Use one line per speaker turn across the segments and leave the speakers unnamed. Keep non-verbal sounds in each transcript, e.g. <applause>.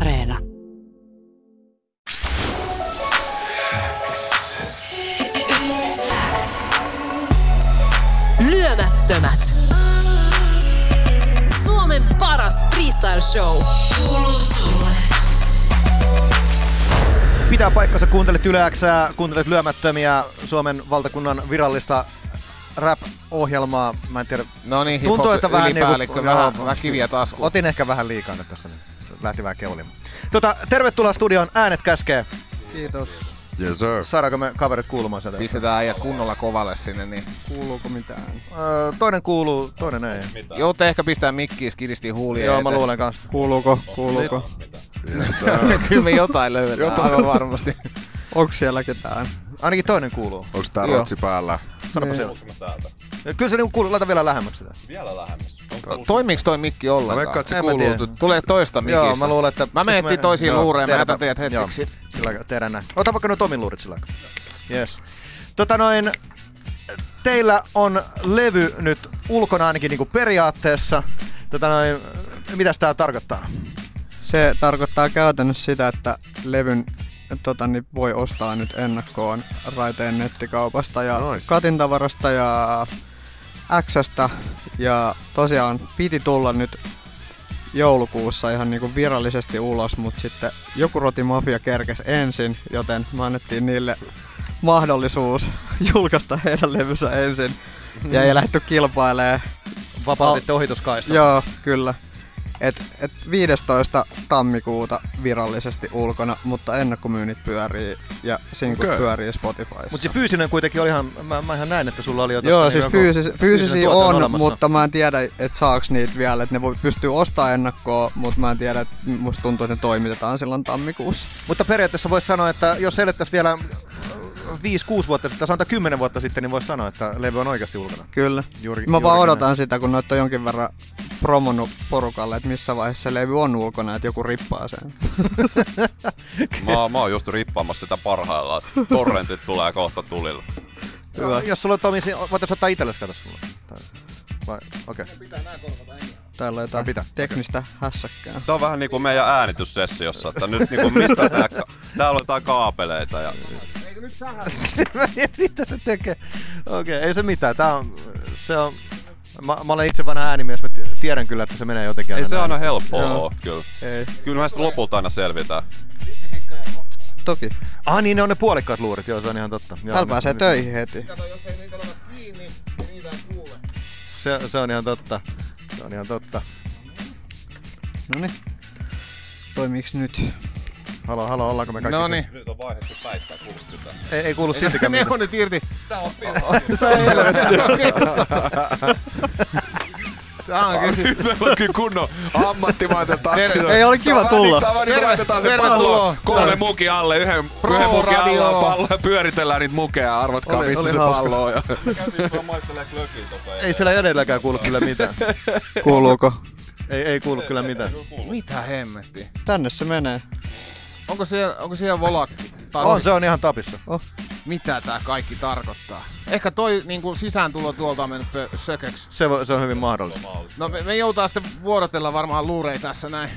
Areena.
Lyömättömät. Suomen paras freestyle show.
Pitää paikkansa, kuuntelet yleäksää, kuuntelet lyömättömiä Suomen valtakunnan virallista rap-ohjelmaa. Mä en tiedä,
No niin,
Tuntuu, että vähän
ylipäällikkö,
niinku-
vähän,
joo.
vähän kiviä taskuun.
otin ehkä vähän liikaa nyt tässä, niin lähti vähän keulimaan. Tota, tervetuloa studioon, äänet käskee.
Kiitos.
Yes sir.
Saadaanko me kaverit kuulumaan sieltä?
Pistetään äijät kunnolla kovalle sinne, niin
Kuuluuko mitään?
Öö, toinen kuuluu, toinen ei.
joutte ehkä pistää mikkiä skidisti huulia.
Joo, mä
eteen.
luulen kanssa.
Kuuluuko? Kuuluuko?
<laughs>
Yes sir.
Kyllä me jotain löydetään,
Jotain.
aivan varmasti.
Onko siellä ketään?
Ainakin toinen kuuluu.
Onks tää
Joo.
rotsi päällä?
Sanoppa se.
Onko mä täältä?
Kyllä se niinku kuuluu, laita vielä lähemmäksi sitä.
Vielä lähemmäs. Onko uusi?
Toimiiks toi mikki
Mä
ollenkaan?
veikkaan, että se
En mä
kuuluu.
tiedä.
tu-
Tulee toista mikistä.
Joo, mä luulen, että...
Mä menen etsiä toisiin
joo,
luureja, mä
tehdäänpä-
jätän teidät hetkeksi.
Joo, sillä tehdään näin. Ota vaikka noin Tomin luurit sillä aikaa. Yes. Tota noin, teillä on levy nyt ulkona ainakin niinku periaatteessa. Tota noin, mitäs tää tarkoittaa?
Se tarkoittaa käytännössä sitä, että levyn tota, niin voi ostaa nyt ennakkoon Raiteen nettikaupasta ja
Nice.
Katintavarasta ja Xstä. Ja tosiaan piti tulla nyt joulukuussa ihan niinku virallisesti ulos, mutta sitten joku rotimafia kerkes ensin, joten me annettiin niille mahdollisuus <laughs> julkaista heidän levynsä ensin.
Mm-hmm.
Ja ei lähdetty kilpailemaan
Vapautitte ohituskaista.
Joo, kyllä. Et, et 15. tammikuuta virallisesti ulkona, mutta ennakkomyynnit pyörii ja sinkut
Okei.
okay. pyörii Spotifyssa.
Mutta se fyysinen kuitenkin oli ihan, mä, mä ihan näin, että sulla oli jo tässä
Joo,
niinku
siis
joku
fyysisi,
fyysinen
fyysisiä
tuote
on,
olemassa.
mutta mä en tiedä, että saaks niitä vielä. Et ne voi pystyy ostaa ennakkoa, mutta mä en tiedä, että musta tuntuu, että ne toimitetaan silloin tammikuussa.
Mutta periaatteessa voisi sanoa, että jos elettäisiin vielä 5-6 vuotta sitten, tai sanotaan 10 vuotta sitten, niin voisi sanoa, että levy on oikeasti ulkona.
Kyllä.
Juuri-
mä vaan
juurikin
odotan
näin.
sitä, kun noita on jonkin verran promonut porukalle, että missä vaiheessa se levy on ulkona, että joku rippaa sen.
Mä, mä oon just rippaamassa sitä parhaillaan. Torrentit tulee kohta tulilla.
Hyvä. No, Jos sulla on Tomi, si- voitaisiin ottaa itsellesi kato sulla. Tai- Vai, okei. <laughs> Okay.
Täällä on jotain
pitää.
teknistä hässäkkää.
Tää on vähän niinku meidän äänityssessiossa, että nyt niinku mistä tää, ka- täällä on jotain kaapeleita ja
Mä en tiedä, mitä se tekee. Okei, okay, ei se mitään. Tää on, se on, mä, mä olen itse vanha äänimies, mä ti- tiedän kyllä, että se menee jotenkin
ei se
näin.
aina helppoa oo, kyllä.
Ei.
Kyllä mä sitä lopulta aina selvitään.
Toki.
Ah niin, ne on ne puolikkaat luurit, joo se on ihan totta. Joo,
Täällä
ne-
pääsee
ne-
töihin heti.
Se, se on ihan totta. Se on ihan totta.
Noniin. Toimiiks nyt?
Halo, halo, ollaanko me kaikki?
No niin.
Nyt on vaihdettu päittää kuulostaa.
sen- Ei, ei kuulu siltikään
<laughs> Ne
mitään.
on
<laughs>
nyt irti.
Tää on
<laughs> Tää on kyllä siis...
Meillä on kyllä kunnon ammattimaisen tatsin.
Ei, oli kiva tulla.
Tämä on niin,
Terve-
laitetaan se
tervetuloa.
pallo. Kolme muki alle, yhden,
Pro
yhden muki alla
Radio.
on pallo ja pyöritellään niitä mukeja. Arvatkaa,
Oli-
missä
oli
se
hauska.
pallo on. ja-
Kävin vaan maistelee klökiä tota
Ei siellä edelläkään kuulu kyllä mitään.
Kuuluuko?
Ei, ei kuulu kyllä mitään.
Mitä hemmetti?
Tänne se menee.
Onko siellä, onko siellä volakki? Tai
On, se on ihan tapissa.
Mitä tää kaikki tarkoittaa? Ehkä toi niinku sisääntulo tuolta on mennyt pö- sököksi.
Se, vo- se on hyvin mahdollista.
No me, me joutaa sitten vuorotella varmaan luurei tässä näin.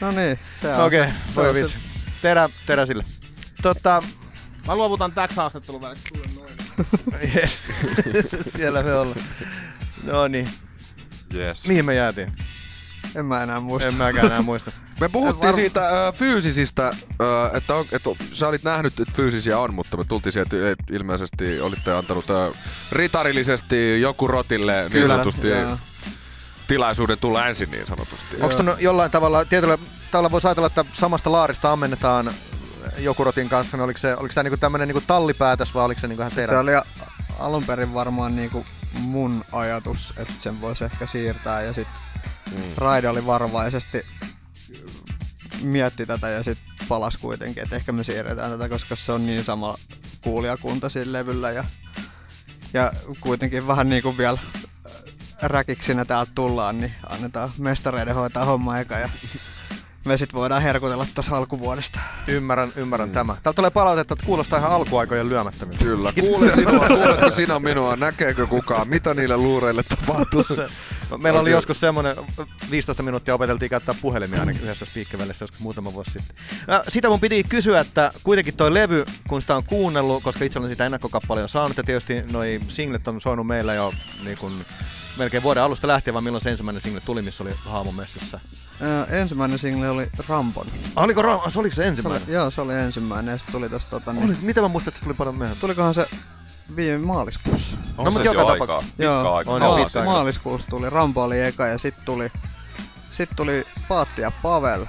No niin, se on.
Okei,
se
voi
on se-
vitsi. Terä, terä sille. <laughs> Tota,
Mä luovutan täks haastattelun välillä.
Yes. Siellä me ollaan. No niin,
Yes.
mihin me jäätiin?
En mä enää muista.
En mäkään enää muista.
Me puhuttiin siitä ö, fyysisistä, ö, että, on, että sä olit nähnyt, että fyysisiä on, mutta me tultiin siihen, että ei- ilmeisesti olitte antanut ö, ritarillisesti joku rotille niin
Kyllä,
sanotusti
joo.
tilaisuuden tulla ensin niin sanotusti.
Onko ton jollain tavalla, tietyllä tavalla voisi ajatella, että samasta laarista ammennetaan Jokurotin kanssa, niin oliko, se, oliko tämä niinku tämmöinen niinku tallipäätös vai oliko se niinku ihan teidän?
Se oli a- alun perin varmaan niinku mun ajatus, että sen voisi ehkä siirtää ja sit mm. Raide oli varvaisesti mietti tätä ja sit palas kuitenkin, että ehkä me siirretään tätä, koska se on niin sama kuulijakunta siinä levyllä ja, ja kuitenkin vähän niinku vielä äh, räkiksinä täältä tullaan, niin annetaan mestareiden hoitaa homma eka ja me sit voidaan herkutella tuossa alkuvuodesta.
Ymmärrän, ymmärrän mm. tämä. Täällä tulee palautetta, että kuulostaa ihan alkuaikojen lyömättömiltä.
<laughs> Kyllä, kuule sinua, kuuletko sinä minua, näkeekö kukaan, mitä niille luureille tapahtuu?
Meillä oli joskus semmoinen, 15 minuuttia opeteltiin käyttää puhelimia ainakin yhdessä spiikkivälissä joskus muutama vuosi sitten. Äh, Sitä mun piti kysyä, että kuitenkin toi levy, kun sitä on kuunnellut, koska itse olen sitä ennakkokappaleen jo saanut, ja tietysti noi singlet on soinut meillä jo niin kun, melkein vuoden alusta lähtien, vaan milloin se ensimmäinen single tuli, missä oli haamumessissä.
Ö, Äh, ensimmäinen single oli Rampon.
Ah, oliko, ra- se, oliko se
Se oli,
ensimmäinen?
joo, se oli ensimmäinen ja sit tuli tosta tota,
Oli,
niin,
mitä mä muistan, että se tuli paljon myöhemmin?
tulikohan se viime maaliskuussa?
On
No,
se
mut
jo
joka
aikaa.
tapauksessa.
Pitkä aika.
on
Joo,
jo
Maal-
pitkä aika.
maaliskuussa tuli. Rampo oli eka ja sitten tuli, sit tuli Paatti ja Pavel.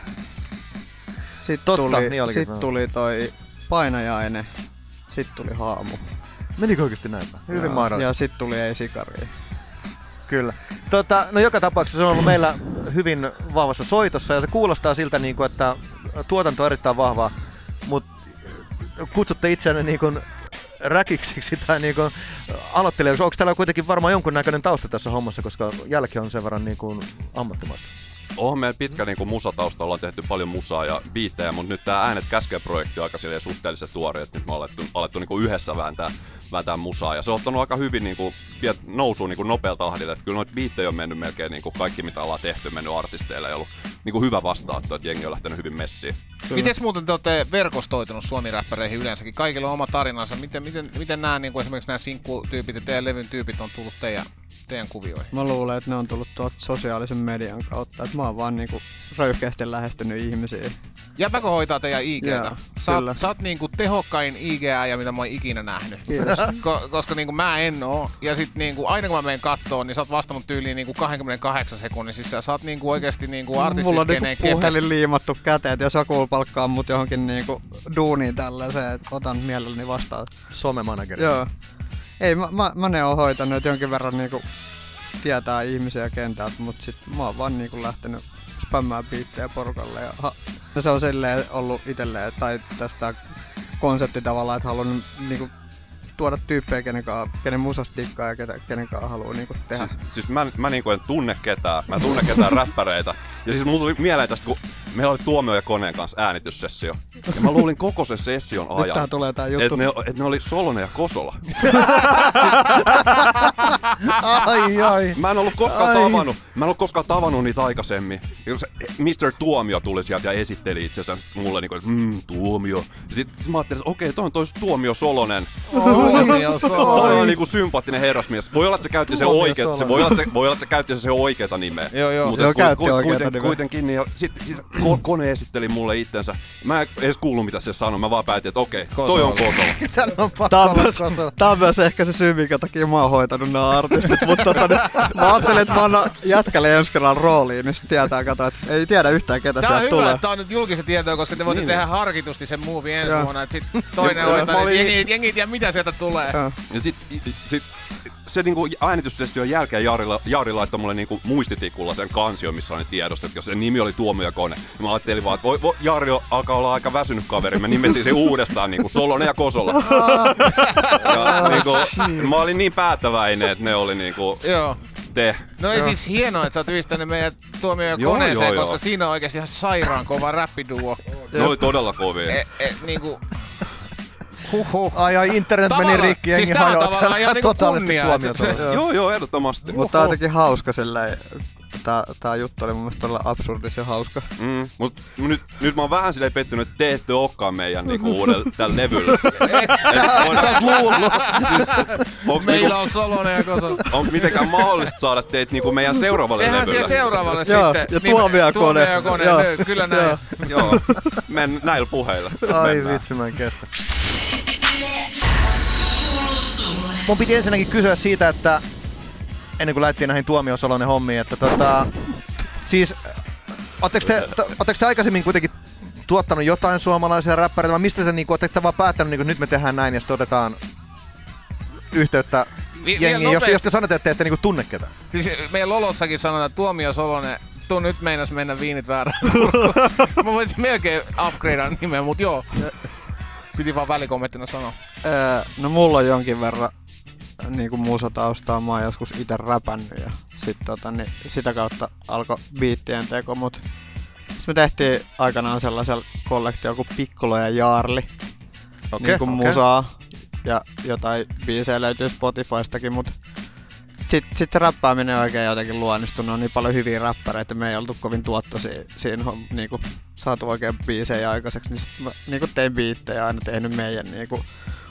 Sitten
Totta,
tuli,
niin olikin,
sit
joo.
tuli toi painajainen. Sitten tuli haamu.
Menikö oikeasti näin? päin? Hyvin
Ja-
mahdollista.
Ja sitten tuli ei sikari.
Kyllä. Tota, no joka tapauksessa se on ollut meillä hyvin vahvassa soitossa ja se kuulostaa siltä, niin kuin, että tuotanto on erittäin vahvaa, mutta kutsutte itseänne niin kuin räkiksiksi tai niin kuin aloittelijaksi. Onko täällä kuitenkin varmaan jonkunnäköinen tausta tässä hommassa, koska jälki on sen verran niin kuin ammattimaista?
Onhan meillä pitkä niin musatausta, ollaan tehty paljon musaa ja biittejä, mutta nyt tämä Äänet käskee projekti on aika silleen suhteellisen tuori, että nyt me ollaan alettu, alettu niin kuin yhdessä vääntää, vääntää musaa. Ja se on ottanut aika hyvin niin kuin, nousuun niin kuin nopealta tahdilta, että kyllä noita biittejä on mennyt melkein niin kuin kaikki mitä ollaan tehty, mennyt artisteille ja ollut niin kuin hyvä vastaanotto, että jengi on lähtenyt hyvin messiin.
Mites muuten te olette verkostoitunut suomiräppäreihin yleensäkin? Kaikilla on oma tarinansa. Miten, miten, miten nämä, niin kuin esimerkiksi nämä sinkkutyypit ja teidän levyn tyypit on tullut teidän, teidän kuvioihin?
Mä luulen, että ne on tullut tuolta sosiaalisen median kautta. Että mä oon vaan niinku röyhkeästi lähestynyt ihmisiä.
Jäpäkö hoitaa teidän IGtä?
Joo,
sä, oot,
kyllä.
sä oot niinku tehokkain IG-ää, ja mitä mä oon ikinä nähnyt. <laughs>
Kiitos.
Ko- koska niinku mä en oo. Ja sit niinku, aina kun mä menen kattoon, niin sä oot vastannut tyyliin niinku 28 sekunnin sisään. Sä oot niinku oikeesti niinku
Mulla on
artistiskeneen
niinku puhelin liimattu käteen, että jos joku palkkaa mut johonkin niinku duuniin tällaiseen, että otan mielelläni vastaan.
Somemanageri.
Joo. Ei, mä, mä, mä ne oon hoitanut, että jonkin verran niinku tietää ihmisiä kentältä, mutta sit mä oon vaan niinku lähtenyt spämmään biittejä porukalle. Ja ha, no se on silleen ollut itselleen, tai tästä konsepti tavallaan, että haluan niinku tuoda tyyppejä, kenen, kaa, kenen musasta dikkaa ja ketä, kenen kaa haluaa niinku tehdä.
Siis, siis mä, mä niinku en tunne ketään, mä en tunne ketään <laughs> räppäreitä. Ja siis mulla tuli mieleen tästä, kun meillä oli Tuomio ja Koneen kanssa äänityssessio. Ja mä luulin koko sen session ajan.
tää tulee tää juttu.
Että ne, et ne oli Solonen ja Kosola.
Ai ai!
Mä en ollut koskaan
Ai.
tavannut, mä en ollut koskaan tavannut niitä aikaisemmin. Ja kun se Mr. Tuomio tuli sieltä ja esitteli itsensä mulle niinku, että mm, Tuomio. Sitten mä ajattelin, että okei, toi on toi Tuomio Solonen. Toi on niinku sympaattinen herrasmies. Voi olla, että se käytti se
Tuomio
oikeet, se
Solonen.
voi olla, että se, voi olla, että se käytti se oikeeta nimeä.
Joo, joo.
Mutta
Joo,
ku-
käytti
ku-
oikeeta
kuiten-
nimeä.
Kuitenkin, niin, ja sit, sit ko- kone esitteli mulle itsensä. Mä en edes kuullut, mitä se sanoi. Mä vaan päätin, että okei, toi on
Kosola.
Kosola.
Tää on, myös, tää on myös ehkä se syy, minkä takia mä oon hoitanut nämä artistit, mutta tota, niin, mä ajattelin, että mä annan jätkälle ensi kerran rooliin, niin sit tietää kato, että ei tiedä yhtään ketä
Tää on
sieltä
hyvä,
tulee.
että tää on nyt julkista tietoa, koska te voitte niin. tehdä harkitusti sen muuvi ensi
Joo.
vuonna, että sit toinen
Joo,
hoitaa,
mä
niin
olin-
jengi, jengi ei tiedä mitä sieltä tulee.
Joo.
Ja sit, sit se niinku äänitystestion jälkeen Jari, la- Jari laittoi mulle niinku muistitikulla sen kansion, missä oli ne tiedostot, ja sen nimi oli Tuomiokone. Ja mä ajattelin vaan, että voi, voi, Jari on- alkaa olla aika väsynyt kaveri. Mä nimesin sen uudestaan niinku Solonen ja Kosola. ja, niinku, mä olin niin päättäväinen, että ne oli niinku
Joo.
te.
No ei siis hienoa, että sä oot yhdistänyt meidän tuomioon
Joo,
koneeseen,
joo, joo.
koska siinä on oikeasti ihan sairaan kova räppiduo.
Ne oli todella kovia.
e, e, niinku... Huhhuh.
Ai ai, internet meni
Tavallaan-
rikki, jengi
siis tää on
hajoaa
tavallaan ihan niinku
totaalisesti
kunnia,
tuomiota.
että se-
Joo.
Joo, joo, ehdottomasti.
Mutta
Uhuh.
tää on jotenkin hauska silleen, tää, tää juttu oli mun mielestä todella absurdisen hauska.
Mm, mut nyt, nyt mä oon vähän silleen pettynyt, että te ette ookaan meidän niinku uudella tällä
<laughs>
levyllä.
e,
Et on- Siis, onks
Meillä
niinku-
on Solonen ja Kosola.
Onko mitenkään mahdollista saada teitä niinku meidän seuraavalle
Tehdään
levylle?
siihen seuraavalle
Joo,
sitten.
ja tuomiokone.
Tuomiokone,
Joo.
joo. kyllä näin.
Joo, men, näillä puheilla.
Ai
Mennään.
vitsi, mä en kestä. Mun piti ensinnäkin kysyä siitä, että ennen kuin lähdettiin näihin tuomiosalonen hommiin, että tota, siis ootteko te, t- ootteko te aikaisemmin kuitenkin tuottanut jotain suomalaisia räppäreitä, vai mistä se niinku, ootteko te vaan päättänyt, niinku, että nyt me tehdään näin ja sitten otetaan yhteyttä
Vi- vielä
jengiin, jos,
nopeasti.
jos te sanotte, että te ette niinku tunne ketään.
Siis meillä Lolossakin sanotaan, että Tuomio Solonen, tuu nyt meinas mennä viinit väärään. Mä voisin melkein upgradea nimeä, mut joo. Piti vaan välikommenttina sanoa.
Öö, no mulla on jonkin verran niinku musataustaa, mä oon joskus itse räpännyt ja sit tota, niin sitä kautta alkoi biittien teko, mut sit Siis me tehtiin aikanaan sellaisella kollektio kuin Piccolo ja Jaarli, okay, niinku okay. musaa ja jotain biisejä löytyy Spotifystakin, mut sit, sit se räppääminen oikein jotenkin luonnistunut. On niin paljon hyviä räppäreitä, me ei oltu kovin tuottoisia siinä on niinku, saatu oikein biisejä aikaiseksi. Niin sit mä niinku tein biittejä aina tehnyt meidän niinku,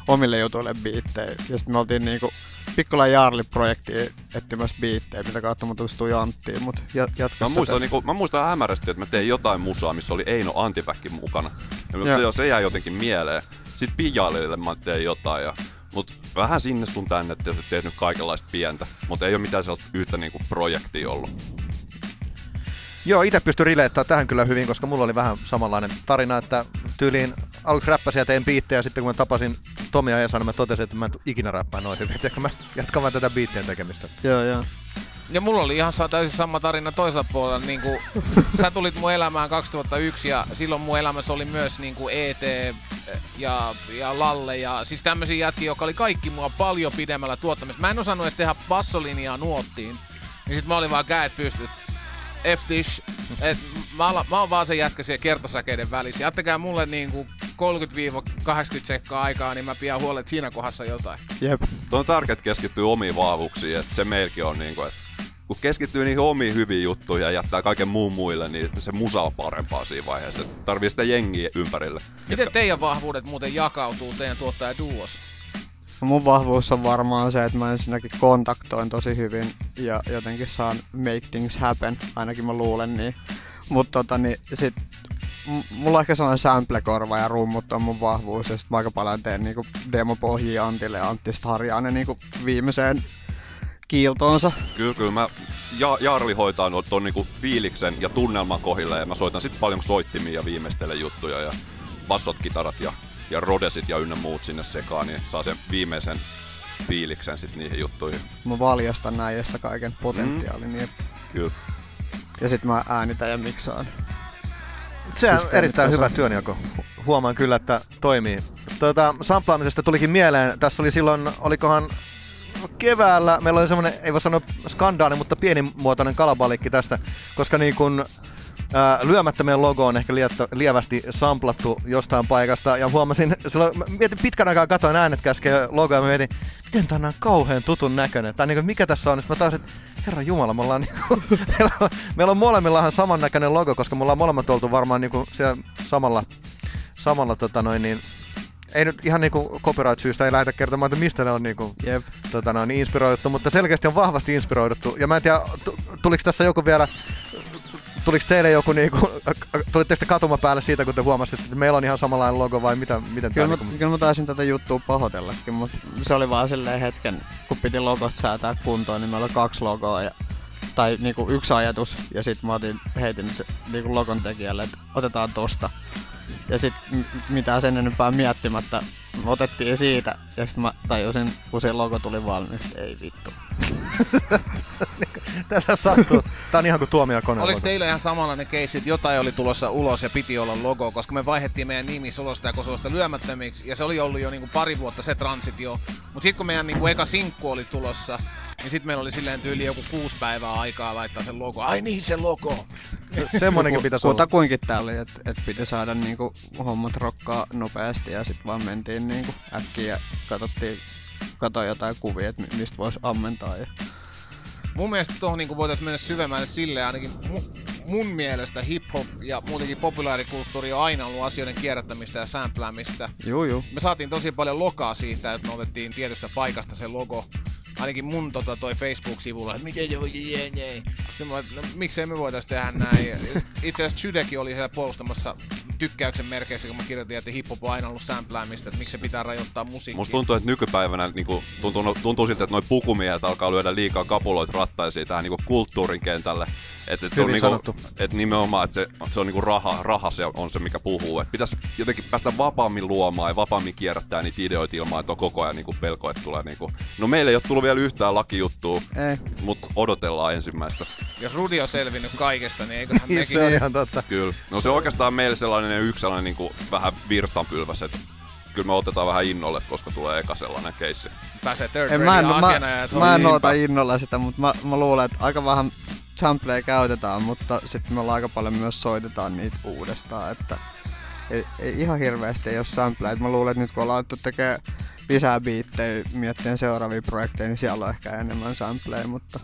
omille jutuille biittejä. Ja sitten me oltiin niinku, Pikkola Jaarli-projektiin etsimässä biittejä, mitä kautta mä tutustuin Anttiin, mut ja-
Mä
jatkossa
muistan,
tästä.
niinku, mä muistan hämärästi, että mä tein jotain musaa, missä oli Eino Antipäkki mukana. Ja se,
Joo.
se jäi jotenkin mieleen. Sitten Pijailille mä tein jotain. Ja, mut vähän sinne sun tänne te- tehnyt kaikenlaista pientä. Mutta ei ole mitään sellaista yhtä niinku projektia ollut.
Joo, itse pystyn rileittämään tähän kyllä hyvin, koska mulla oli vähän samanlainen tarina, että tyyliin aluksi räppäsin ja tein biittejä, ja sitten kun mä tapasin Tomia Esan, niin mä totesin, että mä en tuu ikinä räppää noin hyvin, <laughs> että mä jatkan vaan tätä biittien tekemistä.
Joo, joo.
Ja mulla oli ihan sa- täysin sama tarina toisella puolella. Niin kuin, sä tulit mun elämään 2001 ja silloin mun elämässä oli myös niin kuin ET ja, ja Lalle ja siis tämmöisiä jätkiä, jotka oli kaikki mua paljon pidemmällä tuottamista. Mä en osannut edes tehdä bassolinjaa nuottiin. Niin sit mä olin vaan käet pystyt. f dish Et mä, ala, mä oon vaan se jätkä siellä kertosäkeiden välissä. Jättäkää mulle niinku 30-80 sekkaa aikaa, niin mä pidän huolet siinä kohdassa jotain.
Jep.
Tuo on tärkeää keskittyä omiin vahvuuksiin, että se meilläkin on niinku, että kun keskittyy niihin omiin hyviin juttuihin ja jättää kaiken muun muille, niin se musa on parempaa siinä vaiheessa. Et Tarvii sitä jengiä ympärille.
Miten teidän vahvuudet muuten jakautuu teidän tuottaja duos?
No Mun vahvuus on varmaan se, että mä ensinnäkin kontaktoin tosi hyvin ja jotenkin saan make things happen, ainakin mä luulen niin. Mutta tota, niin sit m- mulla on ehkä sellainen sample-korva ja rummut on mun vahvuus ja sit mä aika paljon teen niinku demopohjia Antille ja Antti sit harjaa ne niinku viimeiseen kiiltoonsa.
Kyllä, kyllä mä ja, Jarli hoitaa no, ton niinku fiiliksen ja tunnelman kohille ja mä soitan sit paljon soittimia ja viimeistelen juttuja ja bassot, kitarat ja, ja rodesit ja ynnä muut sinne sekaan, niin saa sen viimeisen fiiliksen sit niihin juttuihin.
Mä valjastan näistä kaiken potentiaalin mm.
Kyllä.
ja sit mä äänitän ja miksaan.
Se on
Systeemit
erittäin
osaa.
hyvä työnjako. Hu- Huomaan kyllä, että toimii. Tuota, samplaamisesta tulikin mieleen, tässä oli silloin, olikohan keväällä, meillä oli semmoinen, ei voi sanoa skandaali, mutta pienimuotoinen kalabalikki tästä, koska niin kun, ää, lyömättä meidän logo on ehkä liettä, lievästi samplattu jostain paikasta, ja huomasin, silloin, mä mietin pitkän aikaa katoin äänet käskeen logoa, ja mä mietin, miten tämä on kauhean tutun näköinen, tai niin kuin, mikä tässä on, niin sit mä taas, että herra jumala, me ollaan niin kuin, <laughs> meillä, on, meillä on molemmillahan samannäköinen logo, koska me ollaan molemmat oltu varmaan niin kuin, siellä samalla, samalla tota noin, niin, ei nyt ihan niinku copyright-syystä ei lähdetä kertomaan, että mistä ne on niinku
Jep.
tota noin, inspiroiduttu, mutta selkeästi on vahvasti inspiroiduttu. Ja mä en tiedä, tu- tuliko tässä joku vielä, tuliko teille joku, niinku, tulitteko te katuma päälle siitä, kun te huomasitte, että meillä on ihan samanlainen logo vai mitä, miten
Kyllä
tämä
mä,
niinku...
kyllä mä taisin tätä niin juttua pahoitellakin, mutta se oli vaan silleen hetken, kun piti logot säätää kuntoon, niin meillä oli kaksi logoa ja, tai niinku yksi ajatus ja sitten mä otin, heitin se, niinku logon tekijälle, että otetaan tosta. Ja sitten mitä sen enempää miettimättä me otettiin siitä ja sitten mä tajusin, kun se logo tuli valmiiksi, että ei vittu.
Tätä sattuu. Tää on ihan kuin tuomiokone.
No, Oliko
logo.
teillä ihan samanlainen keissi, että jotain oli tulossa ulos ja piti olla logo, koska me vaihdettiin meidän nimi Solosta ja Kososta lyömättömiksi ja se oli ollut jo niinku pari vuotta se transitio. Mutta sitten kun meidän niinku eka sinkku oli tulossa, niin sitten meillä oli silleen tyyli joku kuusi päivää aikaa laittaa sen logo. Ai niin se logo!
Semmonenkin pitäisi olla.
Kutakuinkin tää oli, että et piti saada niinku hommat rokkaa nopeasti ja sitten vaan mentiin niinku äkkiä ja katsottiin katsoin jotain kuvia, että mistä voisi ammentaa. Ja
Mun mielestä tuohon niinku voitaisiin mennä syvemmälle silleen ainakin mu- mun mielestä hip-hop ja muutenkin populaarikulttuuri on aina ollut asioiden kierrättämistä ja sämpläämistä.
Juu, juu.
me saatiin tosi paljon lokaa siitä, että me otettiin tietystä paikasta se logo. Ainakin mun tota, toi Facebook-sivulla, että miten joo, jee, jee. Sitten mä, oon, no, miksei me voitais tehdä näin. Ja Itse asiassa Sydeki oli siellä puolustamassa tykkäyksen merkeissä, kun mä kirjoitin, että hip-hop on aina ollut sämpläämistä, että miksi se pitää rajoittaa musiikkia.
Musta tuntuu, että nykypäivänä niinku, tuntuu, tuntuu siltä, että noi pukumiehet alkaa lyödä liikaa kapuloita rattaisiin tähän niinku kulttuurin kentälle. Et, et se on
Hyvin
niinku,
sanottu.
et nimenomaan, että se, se, on niinku raha, raha se on se, mikä puhuu. Et pitäisi jotenkin päästä vapaammin luomaan ja vapaammin kierrättää niitä ideoita ilman, että on koko ajan niinku pelko, että tulee niinku... No meillä ei ole tullut vielä yhtään lakijuttua,
Ei.
mutta odotellaan ensimmäistä.
Jos Rudi on selvinnyt kaikesta, niin eiköhän
Niin,
mekin...
se on ihan totta.
Kyllä. No se on oikeastaan meillä sellainen yksi sellainen niinku vähän virstanpylväs, että kyllä me otetaan vähän innolle, koska tulee eka sellainen keissi.
Pääsee third
En, mä, en,
ratein
mä,
asianajajat
mä en
hommiin.
oota innolla sitä, mutta mä, mä luulen, että aika vähän sampleja käytetään, mutta sitten me ollaan aika paljon myös soitetaan niitä uudestaan, että ei, ei ihan hirveästi ei ole sampleja. Et Mä luulen, että nyt kun ollaan alettu tekee lisää biittejä miettien seuraavia projekteja, niin siellä on ehkä enemmän sampleja, mutta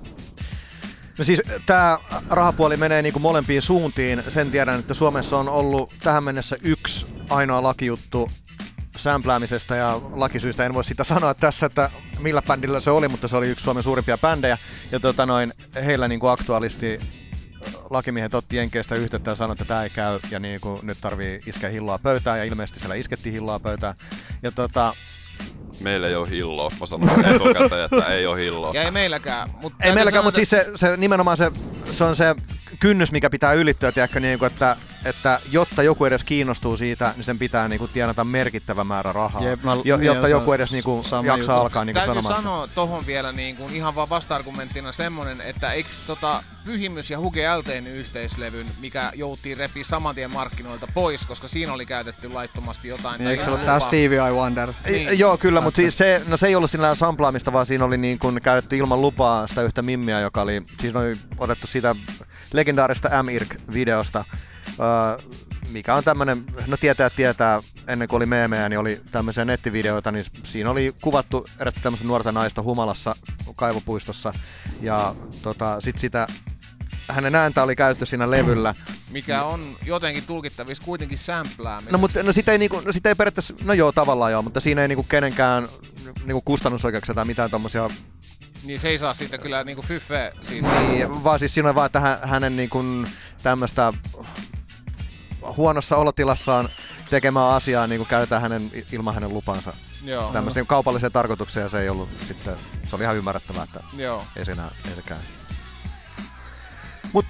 No siis tämä rahapuoli menee niinku molempiin suuntiin. Sen tiedän, että Suomessa on ollut tähän mennessä yksi ainoa lakijuttu sämpläämisestä ja lakisyistä. En voi sitä sanoa tässä, että millä bändillä se oli, mutta se oli yksi Suomen suurimpia bändejä. Ja tota noin, heillä niinku aktuaalisti äh, lakimiehet otti Jenkeistä yhteyttä ja sanoi, että tämä ei käy ja niinku, nyt tarvii iskeä hilloa pöytään ja ilmeisesti siellä iskettiin hilloa pöytään. Ja tota,
Meillä ei ole hilloa. Mä sanoin etukäteen, että ei ole hilloa.
Ja ei meilläkään. Mutta
Ei meilläkään, mutta siis se, se, nimenomaan se, se on se kynnys, mikä pitää ylittyä, tiedätkö, niin kuin, että, että jotta joku edes kiinnostuu siitä, niin sen pitää niin kuin, tienata merkittävä määrä rahaa,
Jep, mä-
jo,
niin,
jotta
se
joku
on
edes niin kuin,
sama
jaksaa
juttu.
alkaa niin kuin,
Täytyy
sanomaan. sitä.
sanoa tohon vielä niin kuin ihan vaan vasta-argumenttina semmonen, että eikö tota Pyhimys ja Huge LTn yhteislevyn, mikä jouttiin repi saman tien markkinoilta pois, koska siinä oli käytetty laittomasti jotain.
niin
tai
eikö se
joku
ollut tää
lupa-
Stevie I Wonder?
Ei,
Niin.
Joo, kyllä, mutta siis se, no se ei ollut sillä samplaamista, vaan siinä oli niin kuin käytetty ilman lupaa sitä yhtä mimmiä, joka oli, siis oli otettu siitä legendaarista M-Irk-videosta, öö, mikä on tämmönen, no tietää tietää, ennen kuin oli meemejä, niin oli tämmöisiä nettivideoita, niin siinä oli kuvattu erästä tämmöistä nuorta naista humalassa kaivopuistossa, ja tota, sit sitä hänen ääntä oli käytetty siinä levyllä,
Mikä on jotenkin tulkittavissa kuitenkin sämpläämistä.
No mutta no sitä ei, niinku, no sitä ei periaatteessa, no joo tavallaan joo, mutta siinä ei niinku kenenkään niinku kustannusoikeuksia tai mitään tommosia,
Niin se ei saa siitä kyllä niinku fyffeä siitä.
niin, vaan siis siinä on vaan tähän hänen niinku tämmöstä huonossa olotilassaan tekemään asiaa niinku käytetään hänen, ilman hänen lupansa
Joo.
tämmöiseen niinku kaupalliseen tarkoitukseen ja se ei ollut sitten, se oli ihan ymmärrettävää, että
Joo.
ei siinä ei se käy. Mut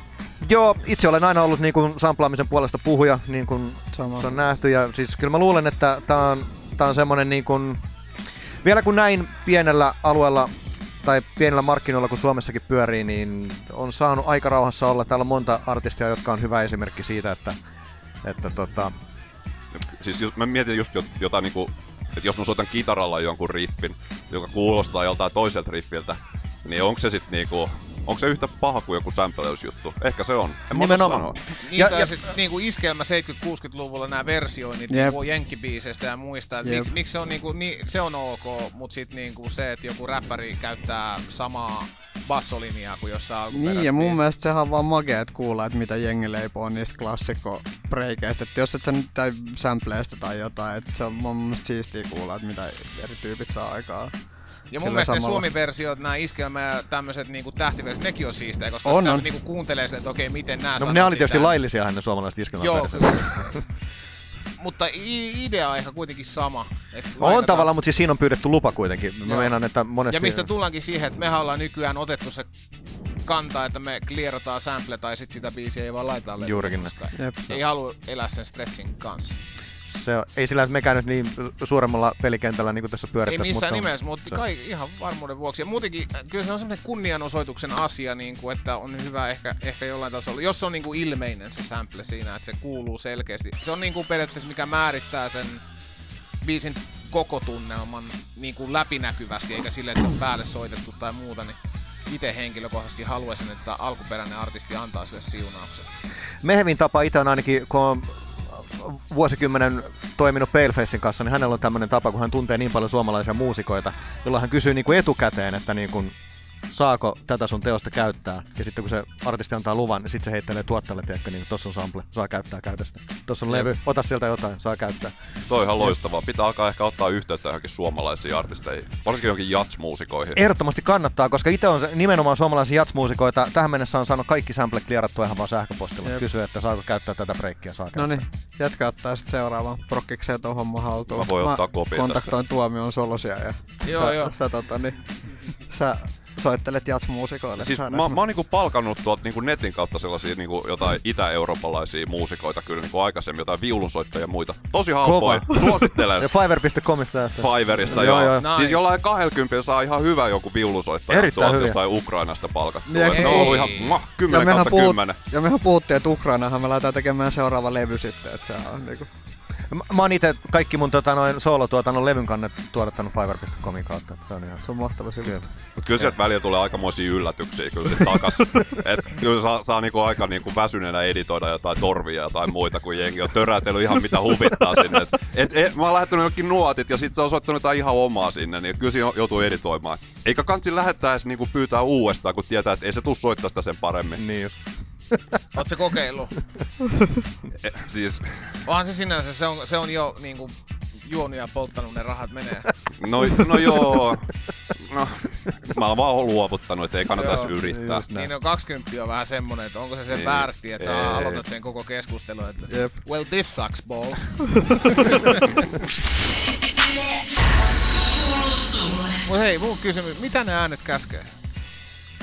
joo, itse olen aina ollut niin kuin samplaamisen puolesta puhuja, niin kuin
Sama.
se on nähty. Ja siis kyllä mä luulen, että tää on, tää on semmonen niin kuin, vielä kun näin pienellä alueella tai pienillä markkinoilla, kun Suomessakin pyörii, niin on saanut aika rauhassa olla. Täällä on monta artistia, jotka on hyvä esimerkki siitä, että, että tota,
Siis jos, mä mietin just jot- jotain niinku, että jos mä soitan kitaralla jonkun riffin, joka kuulostaa joltain toiselta riffiltä, niin onko se sit niinku, onko se yhtä paha kuin joku sämpeleysjuttu? Ehkä se on. En mä osaa
Nimenomaan.
sanoa.
Niin,
Ja-
ja, tai
ja-
ja, sit, niinku iskelmä 70-60-luvulla nämä versioinnit
Jep.
niinku jenkkibiiseistä ja muista. et
Jep.
Miksi miksi se on niinku, ni, se on ok, mutta sitten niinku se, että joku räppäri käyttää samaa bassolinjaa kuin jossain alkuperäisessä
Niin, ja mun
biisissä.
mielestä sehän on vaan makea, että kuulla, että mitä jengi leipoo niistä klassikko-breikeistä. Että jos et sä nyt tai sampleista tai jotain, että se on mun mielestä siistiä kuulla, että mitä eri tyypit saa aikaa.
Ja
Sillä
mun mielestä
samalla.
ne suomi-versiot, nämä iskelmä ja tämmöiset niinku tähtiversiot, nekin on siistejä, koska
On,
on,
on.
on. Niinku kuuntelee sen, että okei, miten nämä
no ne oli tietysti laillisia hänen suomalaiset iskelmät.
Joo,
perseet.
kyllä. <laughs> Mutta i- idea on ehkä kuitenkin sama. et
On
laitetaan-
tavallaan, mutta siis siinä on pyydetty lupa kuitenkin. Mä
Joo.
meinaan, että monesti...
Ja mistä tullaankin siihen, että mehän ollaan nykyään otettu se kanta, että me klierataan sample tai sit sitä biisiä ei vaan laiteta levylle,
Juurikin näin.
koska
Jep.
Ei halua elää sen stressin kanssa.
Se, on- ei sillä, että mekään nyt niin suuremmalla pelikentällä niin kuin tässä
Ei
pyörittäisiin.
missään
mutta-
nimessä, mutta
se-
kai ihan varmuuden vuoksi. Ja muutenkin äh, kyllä se on semmoinen kunnianosoituksen asia, niin kuin, että on hyvä ehkä, ehkä jollain tasolla, jos se on niin kuin ilmeinen se sample siinä, että se kuuluu selkeästi. Se on niin kuin periaatteessa mikä määrittää sen biisin koko tunnelman niin kuin läpinäkyvästi, eikä sille, että se on päälle soitettu tai muuta, niin itse henkilökohtaisesti haluaisin, että alkuperäinen artisti antaa sille siunauksen.
Mehevin tapa itse on ainakin, kun on vuosikymmenen toiminut Palefacein kanssa, niin hänellä on tämmöinen tapa, kun hän tuntee niin paljon suomalaisia muusikoita, jolloin hän kysyy niin kuin etukäteen, että niin kuin, saako tätä sun teosta käyttää. Ja sitten kun se artisti antaa luvan, niin sitten se heittelee tuottajalle, tiedätkö, niin tossa on sample, saa käyttää käytöstä. Tossa on levy, ota sieltä jotain, saa käyttää.
Toi on ihan loistavaa. Pitää alkaa ehkä ottaa yhteyttä johonkin suomalaisiin artisteihin. Varsinkin johonkin jatsmuusikoihin.
Ehdottomasti kannattaa, koska itse on se- nimenomaan suomalaisia jatsmuusikoita. Tähän mennessä on saanut kaikki sample klierattua ihan vaan sähköpostilla.
Jep.
Kysyä, että saako käyttää tätä breikkiä, saa käyttää.
No niin, jätkä ottaa sitten seuraavaan prokkikseen tuon homman haltuun.
Mä voin ottaa kopin
kontaktoin tuomion solosia ja
Joo,
sä,
joo.
sä, tota, niin, sä soittelet jatsmuusikoille.
Siis
Saadaan
mä,
sun-
mä oon niinku palkannut tuolta niinku netin kautta sellaisia niinku jotain itä-eurooppalaisia muusikoita kyllä niinku aikaisemmin, jotain viulunsoittajia ja muita. Tosi halpoja.
Kova. Ja <laughs>
Suosittelen
Fiverr.comista tästä.
Fiverista.
Joo,
Joo,
joo.
joo. Siis
Nice.
jollain 20 saa ihan hyvä joku viulunsoittaja
Erittäin
tuolta
hyviä.
jostain Ukrainasta palkattu.
Jep.
Ne on ollut ihan
Ei.
mwah, 10 kautta 10.
ja mehän puhuttiin, että Ukrainahan me laitetaan tekemään seuraava levy sitten, että sehän on niinku
Mä, mä oon itse kaikki mun tota, noin soolotuotannon levyn kannet tuodattanut Fiverr.comin kautta. että Se on ihan...
Se on mahtava sivusto.
Mutta kyllä sieltä välillä tulee aikamoisia yllätyksiä kyllä sit takas. Et kyllä saa, saa niinku aika niinku väsyneenä editoida jotain torvia ja jotain muita, kun jengi on törätellyt ihan mitä huvittaa sinne. Et, et, et, mä oon lähettänyt jonnekin nuotit ja sit se on soittanut jotain ihan omaa sinne, niin kyllä siinä joutuu editoimaan. Eikä kansi lähettää edes niinku pyytää uudestaan, kun tietää, että ei se tuu soittaa sitä sen paremmin.
Niin just.
Oot se kokeillut?
E, siis,
Onhan se sinänsä, se on, se on jo niinku juonut ja polttanut ne rahat menee.
no, no joo. No, mä oon vaan luovuttanut, että ei kannata edes
Joo,
yrittää.
niin no 20 on vähän semmonen, että onko se sen
Ei,
väärti, että
ei.
sä aloitat sen koko keskustelun, että
Niin. Jep.
well this sucks balls. Mut hei, mun kysymys, mitä ne äänet käskee?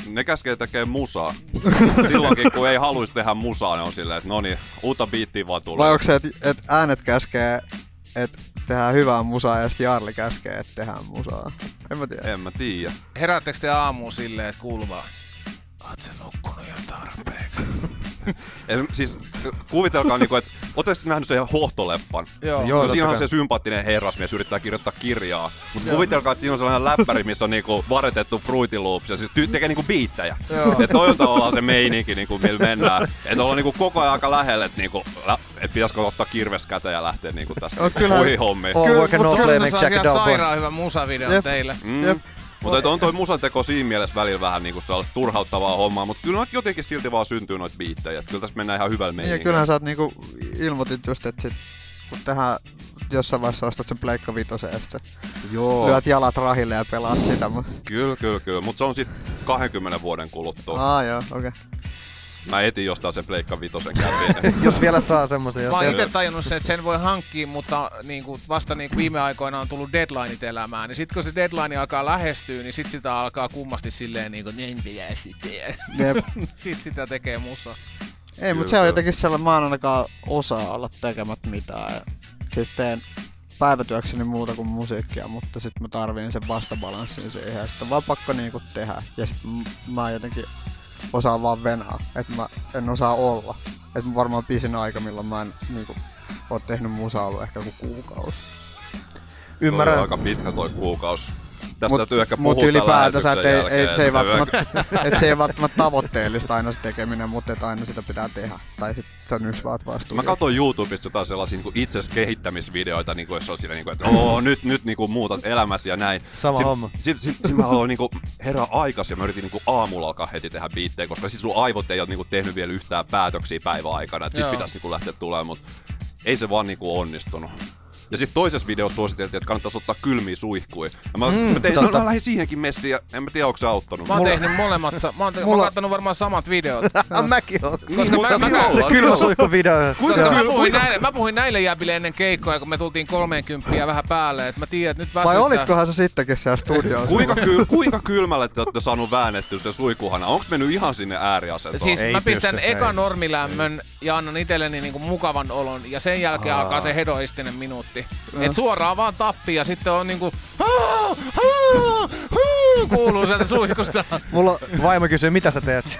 ne käskee tekee musaa. Silloinkin, kun ei haluaisi tehdä musaa, ne on silleen, että no niin, uutta biittiä vaan tulee.
Vai onko se, että et äänet käskee, että tehdään hyvää musaa ja sitten Jarli käskee, että tehdään musaa? En mä tiedä.
En mä tiedä.
Heräättekö te aamuun silleen, että kuuluu vaan, oot sä nukkunut jo tarpeeksi?
En, siis kuvitelkaa, niinku, että ootteko te nähnyt sen hohtoleffan?
Joo.
Joo,
No, siinä on
totta
se sympaattinen herrasmies yrittää kirjoittaa kirjaa. Mutta kuvitelkaa, että siinä on sellainen läppäri, missä on niinku varjotettu Fruity Loops ja se ty- tekee niinku biittejä.
Joo.
Ja toilta ollaan se meininki, niinku, millä mennään. Että ollaan niinku koko ajan aika lähellä, että niinku, lä- et pitäisikö ottaa kirves käteen ja lähteä niinku tästä
Oot kyllähän-
ohi hommiin.
Oh,
Kyllä,
work and
mut
no
jos
play,
Kyllä
make
se on
Jack a
ihan
dull boy.
sairaan hyvä musavideo
Jep.
teille.
Jep.
Mm. Mutta et on toi musanteko siinä mielessä välillä vähän niinku sellaista turhauttavaa hommaa, mutta kyllä noit jotenkin silti vaan syntyy noita biittejä. Et kyllä tässä mennään ihan hyvällä
Niin, ja
meiningillä.
kyllähän sä oot niinku ilmoitit just, että sit, kun tehdään jossain vaiheessa ostat sen Pleikka Vitosen ja sit sä
Joo,
lyöt jalat rahille ja pelaat sitä, mut...
kyllä, kyllä, kyllä. Mutta se on sitten 20 vuoden kuluttua.
Aa joo, okei. Okay.
Mä etin jostain sen Pleikka Vitosen käsiin.
<laughs>
Jos vielä saa semmoisen.
Mä
Jos
oon
ei...
itse tajunnut sen, että sen voi hankkia, mutta niin kuin vasta niin kuin viime aikoina on tullut deadlineit elämään. Niin sit kun se deadline alkaa lähestyä, niin sit sitä alkaa kummasti silleen niin kuin, en pidä sitä.
Jep.
sit sitä tekee musa.
Ei,
Kyllä,
mut se on
kyllä.
jotenkin sellainen, mä en ainakaan osaa olla tekemättä mitään. Ja, siis teen päivätyökseni muuta kuin musiikkia, mutta sit mä tarviin sen vastabalanssin siihen ja sit on vaan pakko niinku tehdä. Ja sit m- mä jotenkin osaan vaan venaa, että mä en osaa olla. Et mä varmaan pisin aika, milloin mä en niinku oo tehnyt musaa ollut ehkä joku kuukausi.
Ymmärrän.
Ymmärrän.
aika pitkä toi kuukaus. Tästä
Mut-
täytyy ehkä
mut
puhua tämän
ylipäätänsä, et
lähetyksen jälkeen,
ei, ei, se, ei
että yö-
välttämättä, et se ei välttämättä tavoitteellista aina se tekeminen, mutta et aina sitä pitää tehdä. Tai sit se on ysvaat vastuu.
Mä katsoin YouTubesta jotain sellaisia niin itses kehittämisvideoita, niin kuin, jossa oli siinä, niin kuin, että oo, nyt, nyt niin kuin, muutat elämäsi ja näin.
Sama
sit,
homma.
Sitten sit, sit mä haluan niin kuin, herää aikaisin ja mä yritin niin kuin, aamulla alkaa heti tehdä biittejä, koska siis sun aivot ei ole niin kuin, tehnyt vielä yhtään päätöksiä päivän aikana. Et sit
Joo.
pitäisi niin kuin, lähteä tulemaan, mutta ei se vaan niin kuin, onnistunut. Ja sitten toisessa videossa suositeltiin, että kannattaisi ottaa kylmiä suihkuja. Ja mä, mm, mä, tein, no,
totta.
mä lähdin siihenkin messiin ja en mä tiedä, onko se auttanut.
Mä oon tehnyt molemmat, sa- mä oon, te- mä oon
Mulla-
kattonut varmaan samat videot.
Ah, <laughs> mäkin oon.
Niin,
Koska mä, mä, mä,
Se kylmä suihkuvideo.
Koska
Joo.
mä puhuin, näille, mä puhuin näille jäbille ennen keikkoja, kun me tultiin 30 vähän päälle, että mä tiedän, että nyt väsyttää.
Vai olitkohan se sittenkin siellä studiossa?
Kuinka, kyl, kuinka kylmälle te olette saanut väännettyä se suikuhana? Onko mennyt ihan sinne ääriasentoon?
Siis
Ei
mä pistän
pysty,
eka
ei.
normilämmön ja annan itselleni niinku mukavan olon ja sen jälkeen alkaa se hedoistinen minuutti. Et suoraan vaan tappi ja sitten on niinku "Haa, haa, haa", kuuluu sieltä suihkusta.
Mulla,
Vaimo kysyy, mitä sä teet?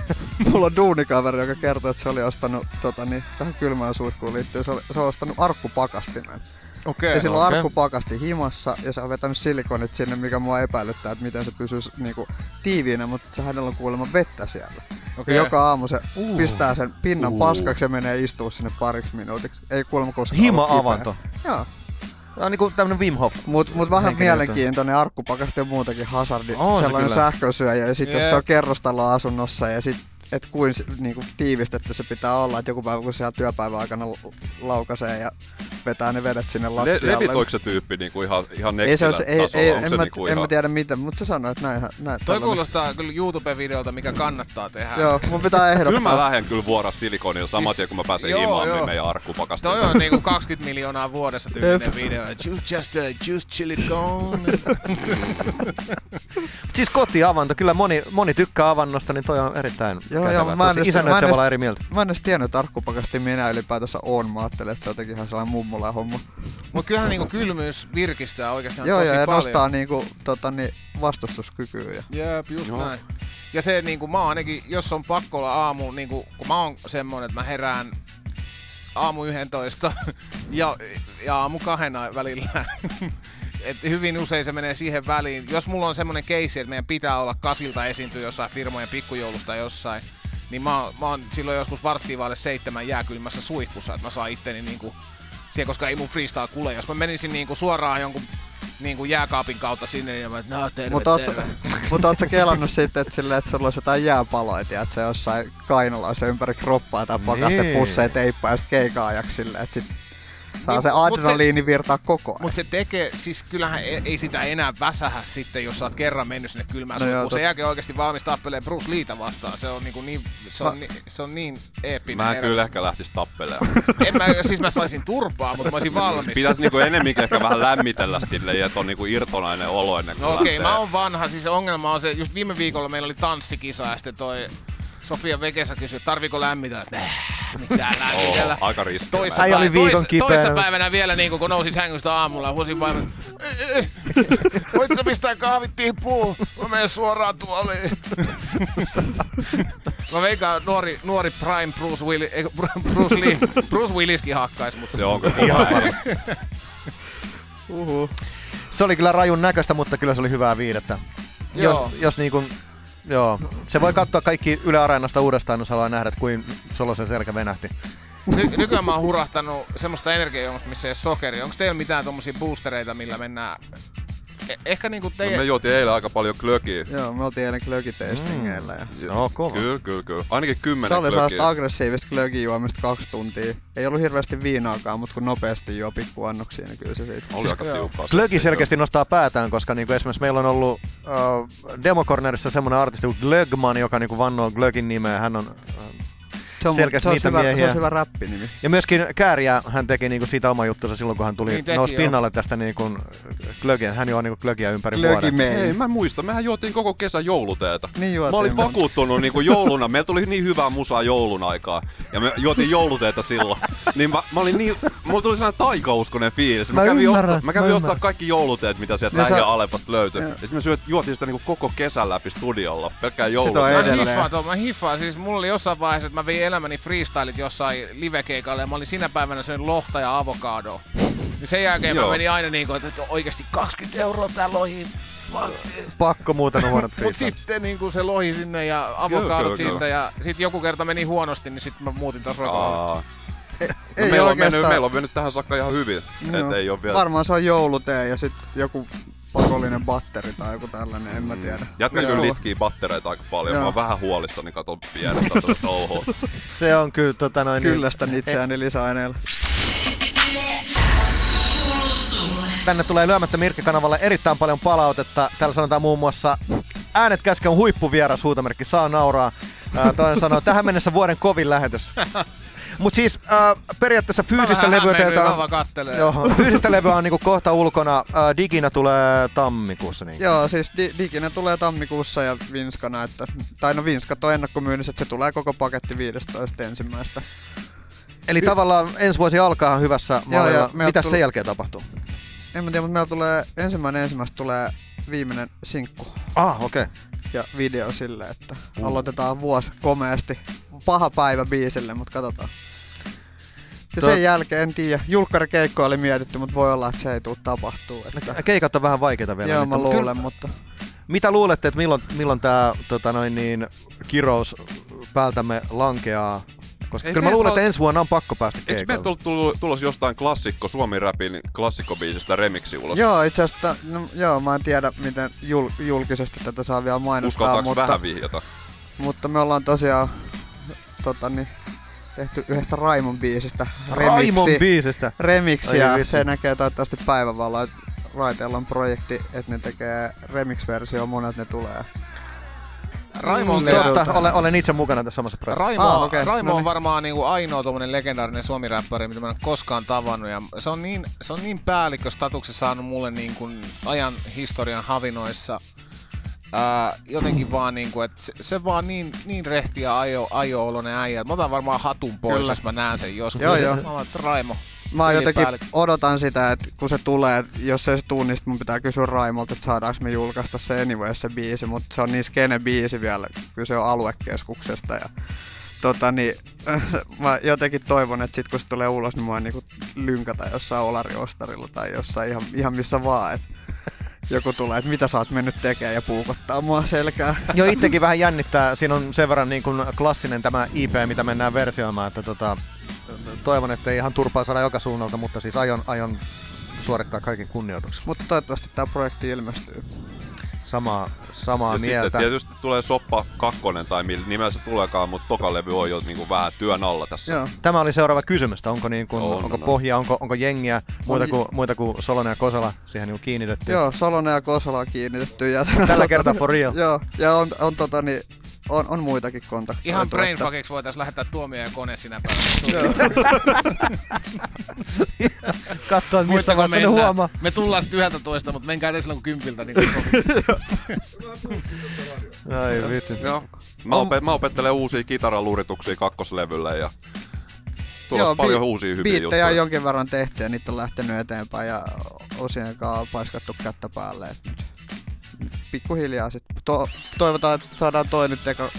mulla on duunikaveri, joka kertoo, että se oli ostanut tota, niin, tähän kylmään suihkuun liittyen, se, oli, se on ostanut arkkupakastimen.
Okei.
ja sillä on
okei.
arkkupakasti himassa ja se on vetänyt silikonit sinne, mikä mua epäilyttää, että miten se pysyy niinku, tiiviinä, mutta se hänellä on kuulemma vettä siellä.
Okei.
Okay. Joka aamu se uh. pistää sen pinnan uh. paskaksi ja menee istuu sinne pariksi minuutiksi. Ei kuulemma koskaan
Hima
ollut kipeä.
avanto.
Joo.
Tää on niinku tämmönen Wim Hof.
Mut, mut vähän
Henkinen
mielenkiintoinen arkkupakasti on muutenkin hazardi,
On
on
se
sellainen
kyllä.
sähkösyöjä ja sit jos
Jep.
se on kerrostaloasunnossa asunnossa ja sit et kuin niinku, tiivistetty se pitää olla, että joku päivä kun se työpäivän aikana l- laukaisee ja vetää ne vedet sinne
Le-
lattialle. niin
levitoiko se tyyppi niinku ihan, ihan
ei se,
nexillä
on se, ei,
tasolla?
ei,
Onko
en,
se
mä,
niinku
en
ihan...
mä tiedä mitä, mutta se sanoi, että näinhän, näin.
Toi
tällainen.
kuulostaa kyllä YouTube-videolta, mikä kannattaa tehdä.
Joo, mun pitää
Kyllä mä
ehdottaa.
lähden kyllä vuoraa silikonilla saman
Siis-
tien, kun mä pääsen
joo,
himaan
joo.
niin meidän arkkupakasta.
Toi on niinku 20 miljoonaa vuodessa tyylinen
Jep.
video. Just, just, uh, just chill it gone.
Mut Siis kotiavanto, kyllä moni, moni tykkää avannosta, niin toi on erittäin
Joo,
kätevää.
joo, mä en
Tuossa
edes- mä en
Isännöitsijä
edes-
voi olla eri mieltä.
Mä en edes tiennyt, että arkkupakasti minä ylipäätänsä on. Mä ajattelin, että se on jotenkin ihan sellainen mummola homma.
Mut kyllähän niinku kylmyys virkistää oikeastaan
Joo,
tosi
joo, ja
paljon.
nostaa niinku, tota, niin, vastustuskykyä. Ja.
Jep, just
Joo.
Joo. näin. Ja niinku, se, niin kuin, mä oon ainakin, jos on pakko olla aamu, niin kuin, kun mä oon semmonen, että mä herään aamu 11 <laughs> ja, ja aamu kahden välillä. <laughs> Et hyvin usein se menee siihen väliin. Jos mulla on semmoinen keissi, että meidän pitää olla kasilta esiintyä jossain firmojen pikkujoulusta jossain, niin mä, oon- mä oon silloin joskus varttiin vaille seitsemän jääkylmässä suihkussa, että mä saan itteni niinku siihen, koska ei mun freestyle kule. Jos mä menisin niinku suoraan jonkun niinku jääkaapin kautta sinne, niin mä et, no, terve,
Mutta oot, sä-
terve.
<laughs> mut oot sä kelannut sitten, että, sille, että sulla olisi jotain jääpaloja, että se jossain kainalaisen ympäri kroppaa tai
Niin.
pakastepusseja teippaa ja sitten keikaajaksi silleen, että sit saa
Niin,
se
mut se-
adrenaliini virtaa koko ajan.
Mutta se tekee, siis kyllähän e- ei sitä enää väsähä sitten, jos sä oot kerran mennyt sinne kylmään
No
no
joo,
sukuun. Sen
tot-
jälkeen oikeasti valmis tappeleen Bruce Leeta vastaan. Se on, niinku niin, se on,
Mä-
ni, se on niin eeppinen
Mä en
herätys.
kyllä ehkä lähtisi
<laughs>
tappeleen.
En mä, siis mä saisin turpaa, mutta mä olisin valmis.
Pitäisi niinku enemmänkin ehkä vähän lämmitellä silleen, että on niinku irtonainen olo ennen kuin
No okei,
lähtee.
mä oon vanha. Siis ongelma on se, just viime viikolla meillä oli tanssikisa ja sitten toi Sofia Vekesa kysyi, että tarviiko lämmitä. Että, "Äh, Mitään lämmitellä.
Oho, aika riski.
Toissa,
Äijä oli
päivä-
viikon
toissa-
kipeänä.
toissapäivänä vielä niin kun nousin sängystä aamulla, huusin vaimon, "Eh, eh, voit sä pistää kahvit tippuu, mä menen suoraan tuoliin. mä veikkaan nuori, nuori Prime Bruce, Willi, ei, kun Bru- Bruce, Lee, Bruce Williskin hakkaisi mut.
Se onko kova äijä.
Se oli kyllä rajun näköistä, mutta kyllä se oli hyvää viidettä.
Joo.
Jos, jos niin kuin, joo. Se voi katsoa kaikki Yle Areenasta uudestaan, jos haluaa nähdä, että kuin Solosen selkä venähti.
Ny, nykyään mä oon hurahtanut semmoista energiajuomasta, missä ei ole sokeri. Onko teillä mitään tommosia boostereita, millä mennään? Eh- ehkä niinku
No
teidän...
me juotiin eilen aika paljon klökiä.
Joo, me oltiin eilen klökitestingeillä.
Mm.
Ja...
No, kova.
Kyllä, kyllä, kyllä. Ainakin
Se
kymmenen
oli sellaista
klökiä.
aggressiivista klökijuomista kaksi tuntia. Ei ollut hirveästi viinaakaan, mutta kun nopeasti juo pikkuannoksia, niin kyllä se siitä.
Oli aika tiukkaa.
Glögi selkeästi nostaa päätään, koska niin kuin esimerkiksi meillä on ollut äh, Democornerissa semmoinen artisti kuin Glögman, joka niin kuin vannoo Glögin nimeä. Hän on, äh,
Se on,
Selkeästi
se on,
niitä
hyvä, se
miehiä.
on hyvä räppinimi.
ja myöskin Kääriä hän teki niin kuin siitä oma juttunsa silloin, kun hän tuli
Niin teki,
niin nousi
joo.
pinnalle tästä niin kuin Glögiä. Hän juo niin kuin Glögiä ympäri
Klöki
vuoden.
mei.
Ei, mä en muista. Mehän juotiin koko kesä jouluteetä.
Niin juotiin
Mä olin
me.
vakuuttunut niinku jouluna. Meillä tuli niin hyvää musaa joulun aikaa. Ja me juotiin jouluteetä silloin. Niin mä, mä olin niin... Mulla tuli sellainen taikauskonen fiilis. Mä,
Mä
kävin,
ymmärrän,
ostaa, mä kävin
mä
ostaa
ymmärrän.
kaikki jouluteet, mitä sieltä
Ja sä-
lähi Alepasta löytyi. Ja, sitten me syöt, juotiin sitä niinku koko kesän läpi studiolla. Pelkkää
on
jouluteet.
edelleen.
Mä hiffaan tuon, mä hiffaan. Siis mulla oli jossain vaiheessa, että mä vein elämäni freestylit jossain livekeikalle ja mä olin sinä päivänä söin lohta ja avokadoa. Niin sen jälkeen
Joo.
mä menin aina niin kuin, että oikeasti 20 euroa tää lohi. Fuck this.
Pakko muuten on huonot
Mut
freestyle.
sitten niin kuin se lohi sinne ja
Kyllä, kyllä,
avokadot
kyllä.
siitä ja sit joku kerta meni huonosti, niin sit mä muutin taas rokoon.
Aa. No
Ei
meillä, on mennyt,
oikeastaan-
meillä on mennyt tähän saakka ihan hyvin.
Joo.
Et ei oo vielä...
Varmaan se on joulutee ja sitten joku pakollinen batteri tai joku tällainen, en mä
Mm.
tiedä.
Jätkä kyllä
Joo.
litkii battereita aika paljon.
Joo.
Mä oon vähän huolissani, katon pienestä tuota touhua.
Se on kyllä tota noin... niin-
Kyllästän itseäni lisäaineilla.
Tänne tulee lyömättä Mirkki-kanavalle erittäin paljon palautetta. Täällä sanotaan muun muassa äänet käsken huippuvieras huutomerkki, saa nauraa. Ää, toinen sanoo, tähän mennessä vuoden kovin
<laughs>
lähetys. Mutta siis äh, periaatteessa fyysistä
vähän
levyä
hämmennyin,
teiltä
mä vaan kattelen.
Joo, fyysistä levyä on niinku kohta ulkona. Äh, diginä tulee tammikuussa. Niin.
Joo, siis di- Diginen tulee tammikuussa ja Vinskana, että, tai no Vinskat on ennakkomyynnissä, että se tulee koko paketti 15 ensimmäistä.
Eli tavallaan ensi vuosi alkaa hyvässä
Joo,
mallilla.
ja
Mitä
me oot
sen
tullut-
jälkeen tapahtuu?
En mä tiedä, mutta meillä tulee ensimmäinen ensimmäistä tulee viimeinen sinkku
Ah, okei.
ja video sille, että aloitetaan vuosi komeasti. Paha päivä biisille, mutta katsotaan. Ja
Tot-
sen jälkeen, en tiedä, julkkarikeikko oli mietitty, mutta voi olla, että se ei tule tapahtuu. Että...
Okay. Keikat on vähän vaikeita vielä.
Äh.
niin nyt,
Joo, mä
mut kyllä-
luulen, mutta...
Mitä luulette, että milloin, milloin tämä tota noin niin, kirous päältämme lankeaa? Koska
Ei
kyllä mä
meillä
luulen,
ole-
että ensi vuonna on pakko päästä
Eikö me
keikalle.
tullut tullut- tulos jostain klassikko, suomi-räpin klassikkobiisistä remiksi ulos?
Joo, itse asiassa, no, joo, mä en tiedä, miten jul- julkisesti tätä saa vielä mainostaa,
Uskaltaako
mutta,
vähän vihjata?
mutta me ollaan tosiaan tota, niin, tehty yhdestä Raimon biisistä
Raimon
remiksi,
biisistä.
remiksi
Ai
ja
vitsi.
se näkee toivottavasti päivänvaloa. että Raiteella on projekti, että ne tekee remix-versio, monet ne tulee.
Raimo on
Mm,
kyllä-
Totta, olen, olen itse mukana tässä samassa projektissa.
Raimo,
Aa,
ah, okay.
okei,
Raimo
no
on
niin.
varmaan niinku ainoa tuommoinen legendaarinen suomiräppäri, mitä mä en ole koskaan tavannut. Ja se on niin, se on niin päällikköstatuksen saanut mulle niinku ajan historian havinoissa. Ää, jotenkin vaan niinku, että se, se, vaan niin, niin rehti ja ajo, ajo-oloinen äijä. Mä otan varmaan hatun pois, Kyllä.
Kyllä.
jos mä näen sen joskus.
Joo, joo.
Mä oon, että Raimo.
Mä oon jotenkin
ylipäällikkö.
odotan sitä, että kun se tulee, että jos ei se tuu, niin sit mun pitää kysyä Raimolta, että saadaanko me julkaista se anyway se biisi, mutta se on niin skene biisi vielä, kyse on aluekeskuksesta ja tota niin, <laughs> mä jotenkin toivon, että sit kun se tulee ulos, niin mä oon niinku lynkata jossain olariostarilla tai jossain ihan, ihan missä vaan. Et joku tulee, että mitä sä oot mennyt tekemään ja puukottaa mua <laughs> selkää.
Joo, itsekin vähän jännittää. Siinä on sen verran niin kuin klassinen tämä IP, mitä mennään versioimaan. Että tota, toivon, että ei ihan turpaa saada joka suunnalta, mutta siis aion, aion suorittaa kaiken kunnioituksen.
Mutta toivottavasti tämä projekti ilmestyy.
Samaa, samaa
Ja
mieltä.
sitten tietysti tulee Soppa kakkonen tai millä nimellä se tuleekaan, mutta toka levy on jo niinku vähän työn alla tässä.
Joo.
Tämä oli seuraava kysymys, että onko, niin kuin,
On,
on, onko
on, on.
pohjaa, onko, onko jengiä, muita
On-
kuin, muita kuin Solonen ja Kosala, siihen niin kiinnitetty.
Joo, Salonen ja Kosola on kiinnitetty. Ja <laughs>
Tällä kertaa for real.
Joo, ja on, on, tota, niin, on, on muitakin kontakteja. Tuota,
Ihan
että-
brainfuckiksi voitaisiin lähettää tuomio ja kone sinä päivänä.
Joo.
Katsoa, missä
Muistakaa
vaiheessa ne
mennä.
huomaa.
Me tullaan sitten yhdeltä toista, mutta menkää edes silloin kun kympiltä. Niin
<laughs>
kuin
Ai vitsi.
Joo. Mä, opet, mä opettelen uusia kitaraluurituksia kakkoslevylle ja tulossa
Joo,
paljon
bii-
uusia hyviä
Biittejä on
juttuja.
jonkin verran tehty ja niitä on lähtenyt eteenpäin ja osien kanssa on paiskattu kättä päälle. Et nyt pikkuhiljaa sit. To- toivotaan, että saadaan toi nyt eka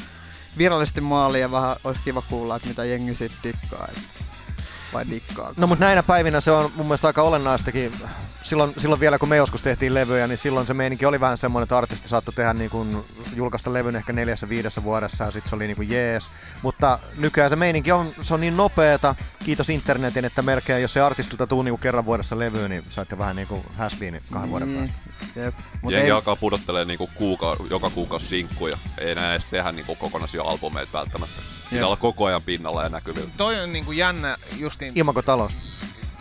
virallisesti maaliin ja vähän olisi kiva kuulla, että mitä jengi sit dikkaa. Et. Vai dikkaa.
No mutta näinä päivinä se on mun mielestä aika olennaistakin. Silloin, silloin vielä kun me joskus tehtiin levyjä, niin silloin se meininki oli vähän semmoinen, että artisti saattoi tehdä niin kuin, julkaista levyn ehkä neljässä viidessä vuodessa ja sitten se oli niin kuin jees. Mutta nykyään se meininki on, se on niin nopeeta, kiitos internetin, että melkein jos se artistilta tuu niin kuin kerran vuodessa levyyn, niin saatte vähän niin kuin has been kahden vuoden päästä.
Jep. Mut
Jengi
ei,
alkaa pudottelee niinku kuuka, joka kuukausi sinkkuja. Ei enää edes tehdä niinku kokonaisia albumeita välttämättä. Pitää olla koko ajan pinnalla ja näkyvillä.
Toi on niin kuin jännä justiin
Imakotalous.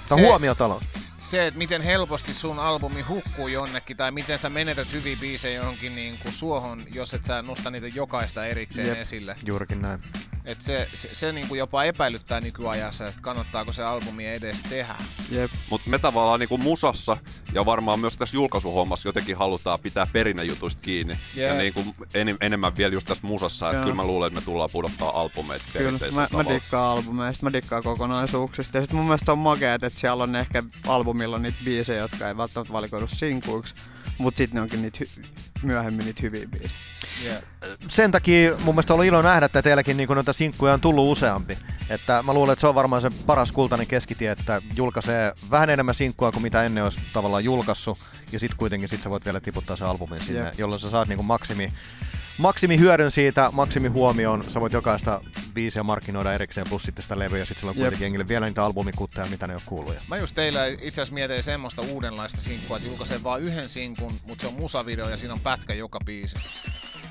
Se on
Se-
huomiotalous.
se, että miten helposti sun albumi hukkuu jonnekin tai miten sä menetät hyviä biisejä johonkin niin kuin suohon, jos et sä nosta niitä jokaista erikseen
Jep.
Jep. esille.
Juurikin näin.
Et se, se, se niin kuin jopa epäilyttää nykyajassa, että kannattaako se albumi edes tehdä.
jep.
Mutta me tavallaan niinku musassa ja varmaan myös tässä julkaisuhommassa jotenkin halutaan pitää perinnejutuista kiinni.
Jee.
Ja niinku en, enemmän vielä just tässä musassa. Että
Joo.
kyllä mä luulen, että me tullaan pudottaa albumeita
Kyllä,
perinteisellä
mä, mä
tavalla.
dikkaan albumeista, mä dikkaan kokonaisuuksista. Ja sit mun mielestä on makeet, että siellä on ehkä albumilla niitä biisejä, jotka ei välttämättä valikoidu sinkuiksi, mut sit ne onkin niitä hy- myöhemmin niitä hyviä biisejä.
Yeah.
sen takia mun mielestä on ollut ilo nähdä, että teilläkin niin noita sinkkuja on tullut useampi. Että mä luulen, että se on varmaan se paras kultainen keskitie, että julkaisee vähän enemmän sinkkua kuin mitä ennen olisi tavallaan julkaissut. Ja sit kuitenkin sit sä voit vielä tiputtaa se albumin sinne,
Jep.
jolloin sä saat niin maksimi, maksimi hyödyn siitä, maksimi huomioon. Sä voit jokaista biisiä markkinoida erikseen plus sitten sitä levyä ja sit sillä on
Jep.
kuitenkin jengille vielä niitä albumikutteja, mitä ne on kuullut. Ja
Mä just teillä itse asiassa mietin semmoista uudenlaista sinkkua, että julkaisee vaan yhden sinkun, mutta se on musavideo ja siinä on pätkä joka biisistä.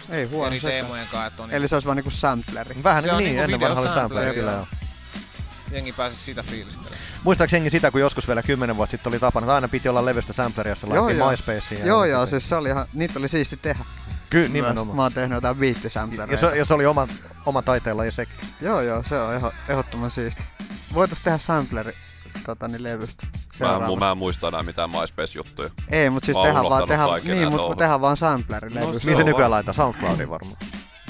Ei huono
eri
sekään.
teemojen kanssa, että on niin
Eli se olisi vaan niinku sampleri.
Vähän
Se
niin,
on
niin
niinku
ennen vanha oli
videosampleri,
sampleri, kyllä
joo.
joo.
jengi pääsisi sitä fiilistelemään.
Muistaaks jengi sitä, kun joskus vielä kymmenen vuotta sitten oli tapana, että aina piti olla levystä sampleria, se laitettiin MySpaceen. ja-
Joo, joo, siis se oli ihan, niitä oli siisti tehdä.
Kyllä,
Myös
nimenomaan.
Mä oon tehnyt jotain
Ja
biittisämpläreitä.
se, ja se oli oma, oma taiteella ja sekin.
Joo, joo, se on ihan ehdottoman siisti. Voitais tehdä sampleri tota, niin levystä
Mä en, mu-
seuraavaksi.
mä en muista enää mitään MySpace-juttuja.
Ei, mut siis
mä oon
tehdään vaan,
unohtanut
tehdään,
kaiken
niin,
nää
mut,
touhut.
tehdään vaan sampleri
No,
levystä.
Mihin se
on
nykyään
vaan-
laittaa? SoundCloudiin varmaan.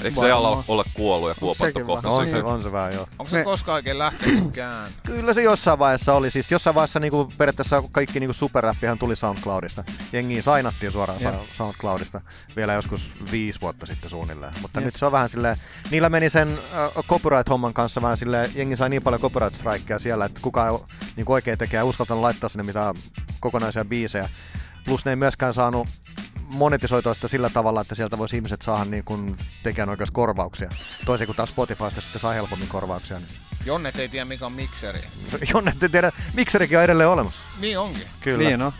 Eikö se ala
Varmaan.
ole kuollut ja kuopattu
sekin
kohta?
vähän?
No, Se-
On
se-
se, on se vähän joo.
Onko se
Me-
koskaan oikein lähtenytkään?
Kyllä se jossain vaiheessa oli. Siis jossain vaiheessa niinku, periaatteessa kaikki niinku superräppihän tuli SoundCloudista. Jengi sainattiin suoraan
Jep.
sa- SoundCloudista vielä joskus viisi vuotta sitten suunnilleen. Mutta nyt se on vähän silleen, niillä meni sen äh, copyright-homman kanssa vähän silleen, jengi sai niin paljon copyright strikeja siellä, että kukaan niinku oikein tekee ei uskaltanut laittaa sinne mitään kokonaisia biisejä. Plus ne ei myöskään saanut monetisoitua sitä sillä tavalla, että sieltä voisi ihmiset saada niin kun tekijänoikeuskorvauksia. Toisin kuin taas Spotifysta sitten saa helpommin korvauksia. Niin.
Jonnet ei tiedä mikä on mikseri.
<laughs> Jonne, te tiedä, mikserikin on edelleen olemassa.
Niin onkin.
Kyllä.
Niin no.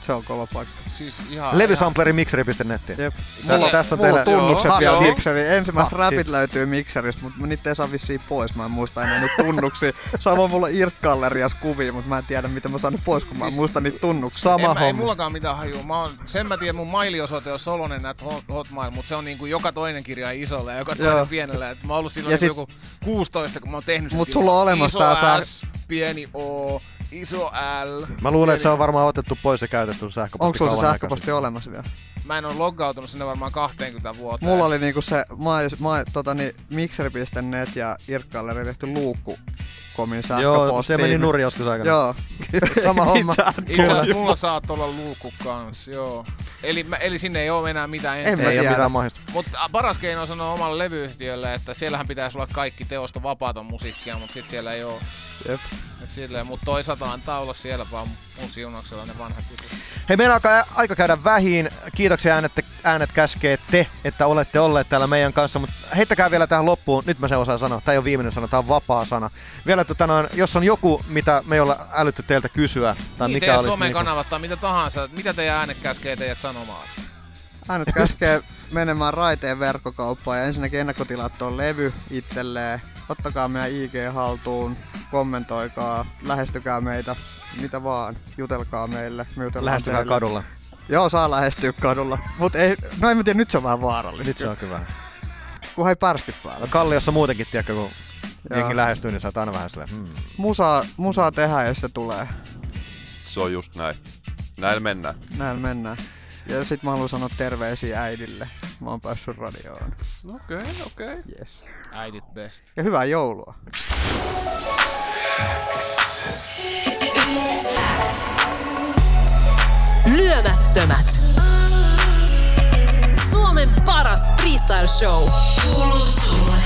Se on kova paikka.
Siis ihan...
Ah, Levysampleri mikseri.nettiin.
Jep.
Sä
Mulla
le-
tässä on
Mulla
teillä
on tunnukset
Joo.
vielä
Harri,
mikseri. Ensimmäiset
Ah,
rapit
siitä.
löytyy mikseristä, mutta niitä ei saa vissiin pois. Mä en muista enää niitä tunnuksia. Samoin mulla on irk kuvia, mutta mä en tiedä, miten mä saan ne pois, kun mä en
Siis-
muista niitä tunnuksia.
En
Sama
mä, ei
homma.
mullakaan mitään hajua. Mä oon, sen mä tiedän, mun mailiosoite on solonen at hot- hotmail, mutta se on niinku joka toinen kirja isolla ja joka toinen
Joo.
pienellä. Et mä oon ollut silloin
Ja
ja
sit-
sit, joku 16, kun mä oon tehnyt
Mut
sitä
sulla on olemassa
iso
tää sää-
S, pieni O, iso L.
Mä luulen, että se on
pieni-
varmaan otettu pois ja käytetty sähköposti
Onko sulla se
kauan aikaa
sähköposti
sitten.
olemassa vielä?
Mä en oo loggautunut sinne varmaan 20 vuoteen.
Mulla oli niinku se my, my, tota, niin, mixer.net ja irk tehty luukku komin sähköpostiin.
Joo, se meni nurin joskus aikana.
Joo, <laughs>
sama homma.
Itse asiassa mulla saattaa olla luukku kans, joo. Eli, mä, eli sinne ei oo enää mitään
En
enää.
mä
Ei ole
tiedä.
mitään mahdollista.
Mutta paras keino on sanoa omalle levyyhtiölle, että siellähän pitäisi olla kaikki teosta vapaata musiikkia, mutta sit siellä ei oo.
Jep.
Et silleen, mut toisaalta antaa olla siellä vaan mun siunauksella ne vanhat jutut.
Hei, meillä alkaa aika käydä vähin. Kiitoksia äänet, äänet käskee te, että olette olleet täällä meidän kanssa. Mutta heittäkää vielä tähän loppuun. Nyt mä sen osaan sanoa. Tämä ei ole viimeinen sana, tämä on vapaa sana. Vielä, tota noin, jos on joku, mitä me ei olla älytty teiltä kysyä. Tai
niin,
mikä
teidän
olisi,
somen
niinku-
kanavat tai mitä tahansa, mitä teidän äänet käskee teidät sanomaan?
Hän nyt käskee menemään raiteen verkkokauppaan ja ensinnäkin ennakkotilaa tuon levy itselleen. Ottakaa meidän IG haltuun, kommentoikaa, lähestykää meitä, mitä vaan, jutelkaa meille. me jutellaan
Lähestykää
teille.
kadulla.
Joo, saa lähestyä kadulla. Mut ei, no en mä tiedä, nyt se on vähän vaarallista.
Nyt se on kyllä.
Kunhan ei pärski päällä.
Kalliossa muutenkin, tiedätkö, kun
Joo.
jengi lähestyy, niin sä oot aina vähän silleen. Hmm.
Musaa, musaa tehdään, jos se tulee.
Se on just näin. Näillä mennään.
Näin mennään. Ja sit mä haluan sanoa terveisiä äidille. Mä oon päässyt radioon.
Okei, okay, okei. Okay.
Yes.
Äidit best.
Ja hyvää joulua.
Lyömättömät. Suomen paras freestyle show. Kuuluu sulle.